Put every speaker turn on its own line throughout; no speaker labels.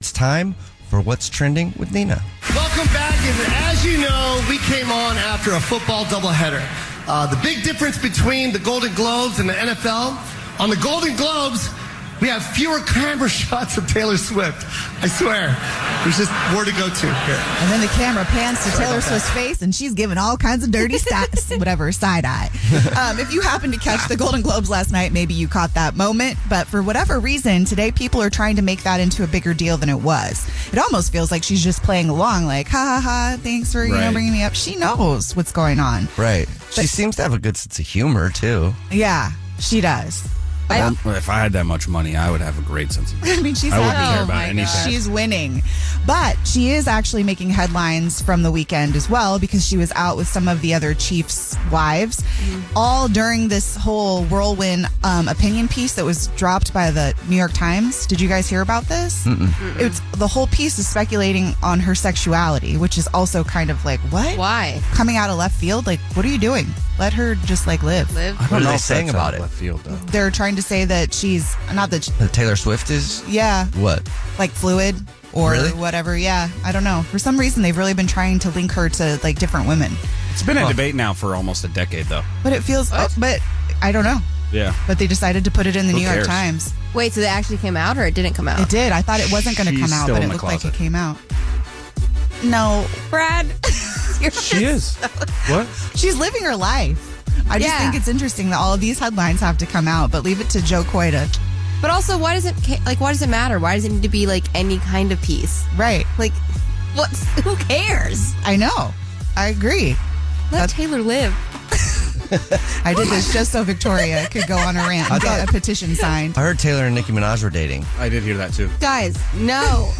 It's time for What's Trending with Nina.
Welcome back. And as you know, we came on after a football doubleheader. Uh, the big difference between the Golden Globes and the NFL on the Golden Globes, we have fewer camera shots of Taylor Swift. I swear. There's just more to go to here.
And then the camera pans to Taylor Swift's face, and she's giving all kinds of dirty stats, whatever, side eye. Um, if you happened to catch the Golden Globes last night, maybe you caught that moment. But for whatever reason, today people are trying to make that into a bigger deal than it was. It almost feels like she's just playing along, like, ha ha ha, thanks for you know
Right.
bringing me up. She knows what's going on.
Right. She seems to have a good sense of humor, too.
Yeah, she does.
Well, if I had that much money, I would have a great sense of
I mean, she's
I wouldn't
had-
care about anything.
She's winning. But she is actually making headlines from the weekend as well because she was out with some of the other Chiefs' wives all during this whole whirlwind um, opinion piece that was dropped by the New York Times. Did you guys hear about this? It's the whole piece is speculating on her sexuality, which is also kind of like what?
Why?
Coming out of left field? Like, what are you doing? Let her just like live.
Live.
What are they saying
that's
about
out
it?
Left field, though.
They're trying to say that she's not that. She,
That Taylor Swift is
yeah,
what?
like fluid or
Really?
whatever. Yeah, I don't know. For some reason, they've really been trying to link her to like different women,
It's been a debate now for almost a decade, though.
but it feels. uh, but I don't know.
Yeah.
But they decided to put it in the
Who
New York
cares?
Times.
Wait, so they actually came out or it didn't come out?
It did. I thought it wasn't going to
She's
come out,
still
but it
in the
looked like
closet.
it came out. No,
Brad. You're
She is. What?
she's living her life. I just
Yeah.
think it's interesting that all of these headlines have to come out, but leave it to Joe Coy to
But also, why does it ca- like? Why does it matter? Why does it need to be like any kind of piece?
right.
Like, what? Who cares?
I know. I agree.
Let Taylor live.
I did this just so Victoria could go on a rant and get a petition signed.
I heard Taylor and Nicki Minaj were dating,
I did hear that, too.
Guys, no,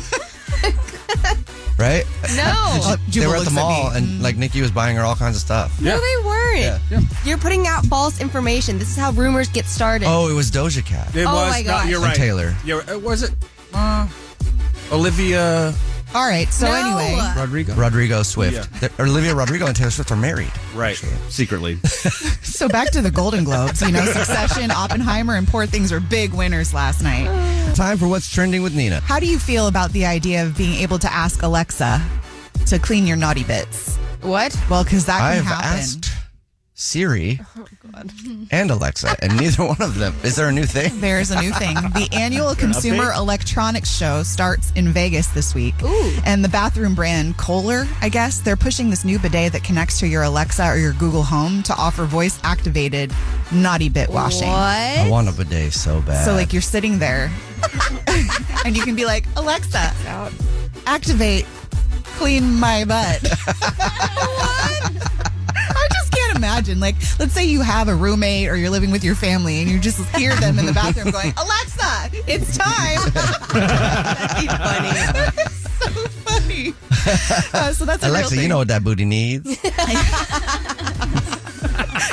right?
no,
they
Jubal
were at the
looks at
mall,
me.
and like Nicki was buying her all kinds of stuff.
no, they weren't. You're putting out false information. This is how rumors get started.
Oh, it was Doja Cat.
It
Oh
was.
my
no,
gosh.
you're
And
right.
Taylor.
You're, uh, was it uh, Olivia
All right. So
No.
anyway,
Rodrigo?
Rodrigo Swift.
Yeah.
They're- Olivia Rodrigo and Taylor Swift are married.
right. Secretly.
So back to the Golden Globes. You know, Succession, Oppenheimer, and Poor Things were big winners last night.
Time for What's Trending with Nina.
How do you feel about the idea of being able to ask Alexa to clean your naughty bits?
What?
Well, because that can
I've
happen. Oh,
asked Siri and Alexa, and neither one of them. Is there a new thing?
There's a new thing. The annual Consumer Electronics Show starts in Vegas this week.
Ooh.
And the bathroom brand Kohler, I guess, they're pushing this new bidet that connects to your Alexa or your Google Home to offer voice activated naughty bit washing.
I
What?
want a bidet so bad.
So like you're sitting there, and you can be like, Alexa, activate, clean my butt. What? I just can't imagine. Like, let's say you have a roommate or you're living with your family, and you just hear them in the bathroom going, Alexa, it's time. so funny. Uh, so that's a real
Alexa,
thing.
you know what that booty needs.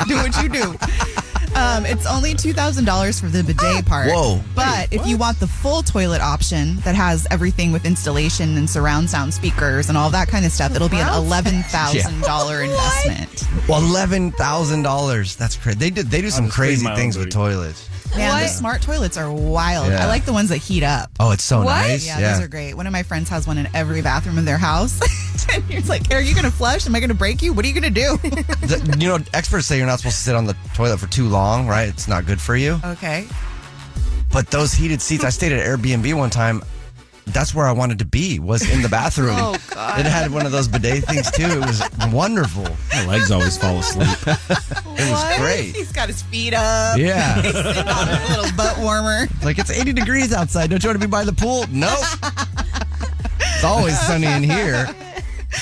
do what you do. Um, it's only two thousand dollars for the bidet part.
Whoa.
But if you want the full toilet option that has everything with installation and surround sound speakers and all that kind of stuff, it'll be an eleven thousand dollar investment.
Eleven thousand dollars. That's crazy. They did. They do some
just clean
crazy
my own
things with
booty.
toilets.
Man, the smart toilets are wild.
Yeah.
I like the ones that heat up.
Oh, it's so nice.
Yeah, those are great. One of my friends has one in every bathroom of their house. and he's like, Are you going to flush? Am I going to break you? What are you going to do?
The- you know, experts say you're not supposed to sit on the toilet for too long, right? It's not good for you.
okay.
But those heated seats, I stayed at Airbnb one time. That's where I wanted to be. Was in the bathroom. oh God! It had one of those bidet things too. It was wonderful.
My legs always fall asleep.
It was great.
He's got his feet up,
yeah.
his little butt warmer.
Like it's 80 degrees outside. Don't you want to be by the pool? No. it's always sunny in here.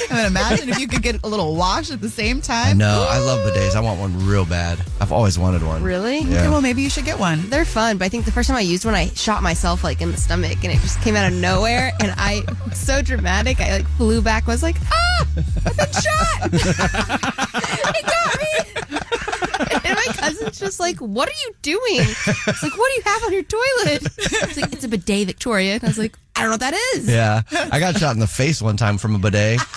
I mean, imagine if you could get a little wash at the same
I
time.
know. I love bidets. I want one real bad. I've always wanted one.
Really?
Okay,
Yeah.
well, maybe you should get one.
They're fun, but I think the first time I used one, I shot myself like in the stomach, and it just came out of nowhere. And I so dramatic, I like flew back. Was like, ah, I've been shot! it got me. And my cousin's just like, what are you doing? It's like, what do you have on your toilet? It's like, it's a bidet, Victoria. And I was like, I don't know what that is.
Yeah. I got shot in the face one time from a bidet.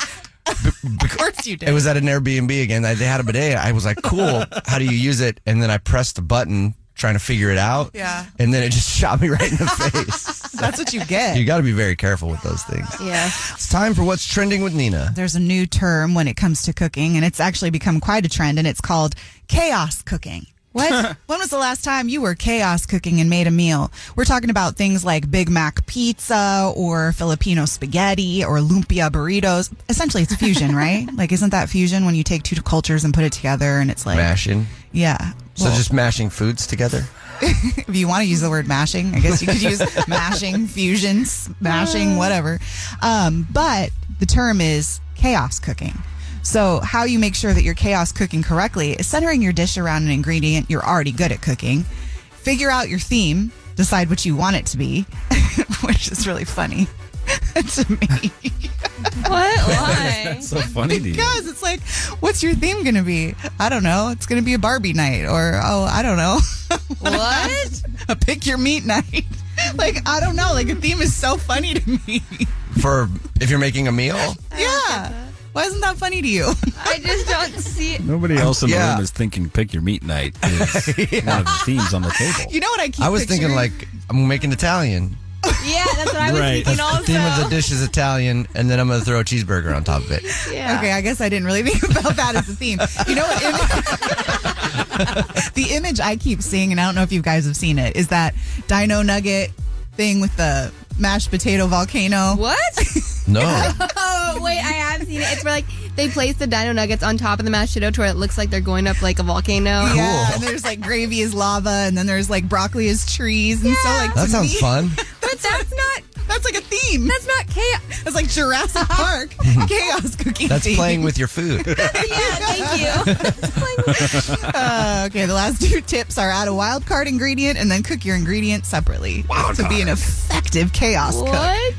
Of course you did.
It was at an Airbnb again. I- They had a bidet. I was like, cool. How do you use it? And then I pressed the button trying to figure it out.
Yeah.
And then it just shot me right in the face.
That's what you get.
You got to be very careful with those things.
Yeah.
It's time for what's trending with Nina.
There's a new term when it comes to cooking, and it's actually become quite a trend, and it's called chaos cooking. What? when was the last time you were chaos cooking and made a meal? We're talking about things like Big Mac pizza or Filipino spaghetti or lumpia burritos. Essentially, it's fusion, right? Like, isn't that fusion when you take two cultures and put it together and it's like,
Mashing.
yeah.
So
Well,
just mashing foods together.
if you want to use the word mashing, I guess you could use mashing, fusion, smashing, whatever. Um, but the term is chaos cooking. So, how you make sure that you're chaos cooking correctly is centering your dish around an ingredient you're already good at cooking, figure out your theme, decide what you want it to be, which is really funny to me.
What? Why?
so funny to you.
Because it's like, what's your theme going to be? I don't know. It's going to be a Barbie night or, oh, I don't know.
what?
a pick your meat night. like I don't know. Like the theme is so funny to me.
For if you're making a meal,
yeah. Why isn't that funny to you?
I just don't see it.
Nobody else in
Yeah.
the room is thinking pick your meat night is one of the themes on the table.
you know what I keep.
I was thinking
picturing?
like I'm making Italian.
Yeah, that's what I was
Right.
thinking
The theme of the
also.
dish is Italian, and then I'm going to throw a cheeseburger on top of it.
Yeah.
Okay, I guess I didn't really think about that as a theme. You know what? Im- the image I keep seeing, and I don't know if you guys have seen it, is that dino nugget thing with the mashed potato volcano.
What?
No.
Oh wait, I have seen it. It's where like they place the dino nuggets on top of the mashed potato to where it looks like they're going up like a volcano.
Yeah, and there's like gravy is lava, and then there's like broccoli is trees, and so like
That
to
sounds
me,
fun.
But that's not
That's like a theme.
that's not chaos.
It's like Jurassic Park chaos cooking.
That's
theme.
playing with your food.
Yeah, thank you.
Uh, okay, the last two tips are add a wild card ingredient and then cook your ingredient separately to be an effective chaos cook.
What?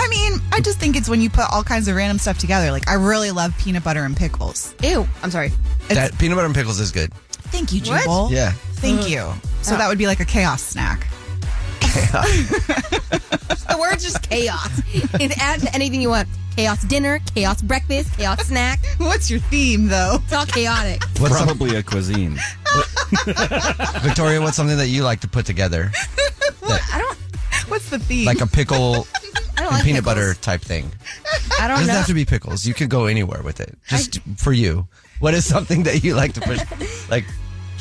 I mean, I just think it's when you put all kinds of random stuff together. Like, I really love peanut butter and pickles.
Ew. I'm sorry.
That peanut butter and pickles is good.
Thank you,
What? Oh.
Jubal.
Yeah.
Thank you. So that would be like a chaos snack.
The word's just chaos. It adds to anything you want. Chaos dinner, chaos breakfast, chaos snack.
What's your theme, though?
It's all chaotic.
What's some-
Probably a cuisine.
Victoria, what's something that you like to put together?
I don't
What's the theme?
Like a pickle
I don't
and peanut
like pickles.
butter type thing.
I
It
don't
doesn't
know.
have to be pickles. You could go anywhere with it. Just for you. What is something that you like to put, like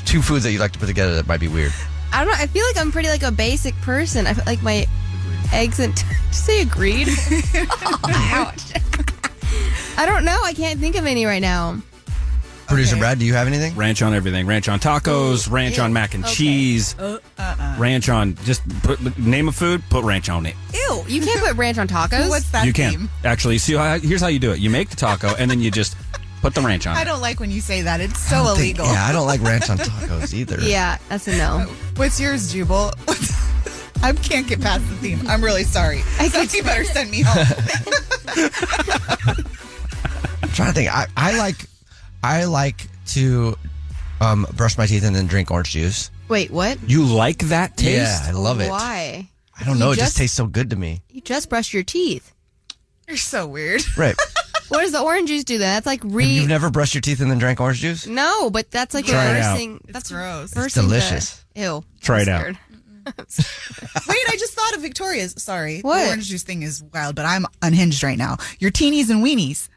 two foods that you like to put together that might be weird?
I don't know. I feel like I'm pretty like a basic person. I feel like my eggs and did you say agreed. Ouch. I don't know. I can't think of any right now.
Producer Brad, do you have anything?
Ranch on everything. Ranch on tacos, ranch on mac and cheese,
Uh, uh-uh.
ranch on just put, name a food, put ranch on it.
Ew, you can't put ranch on tacos.
What's that
you can.
theme?
Actually, see, how- here's how you do it you make the taco and then you just put the ranch on
I
it.
don't like when you say that. It's so
Think-
illegal.
yeah, I don't like ranch on tacos either.
Yeah, that's a no.
What's yours, Jubal? I can't get past the theme. I'm really sorry. I think you better send me home.
I'm trying to think. I, I like I like to um, brush my teeth and then drink orange juice.
Wait, what?
You like that taste?
Yeah, I love it.
Why?
I don't know.
You
it just
just-
tastes so good to me.
You just brushed your teeth.
You're so weird.
Right.
What does the orange juice do then? That's like re.
You've never brushed your teeth and then drank orange juice?
no, but that's like
Try it out.
reversing. That's
gross.
reversing
It's delicious.
The, ew.
Try it out.
scared.
Wait, I just thought of Victoria's. Sorry.
What?
The orange juice thing is wild, but I'm unhinged right now. Your teenies and weenies.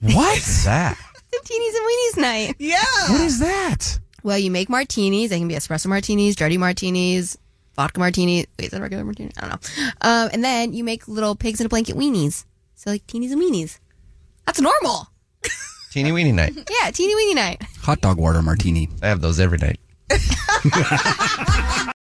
What's that?
The teenies and weenies night.
Yeah.
What is that?
Well, you make martinis. They can be espresso martinis, dirty martinis, vodka martinis. Wait, is that a regular martini? I don't know. Um, and then you make little pigs in a blanket weenies. So like teenies and weenies. That's normal.
Teeny weeny night.
Yeah, teeny weenie night.
Hot dog water martini.
I have those every night.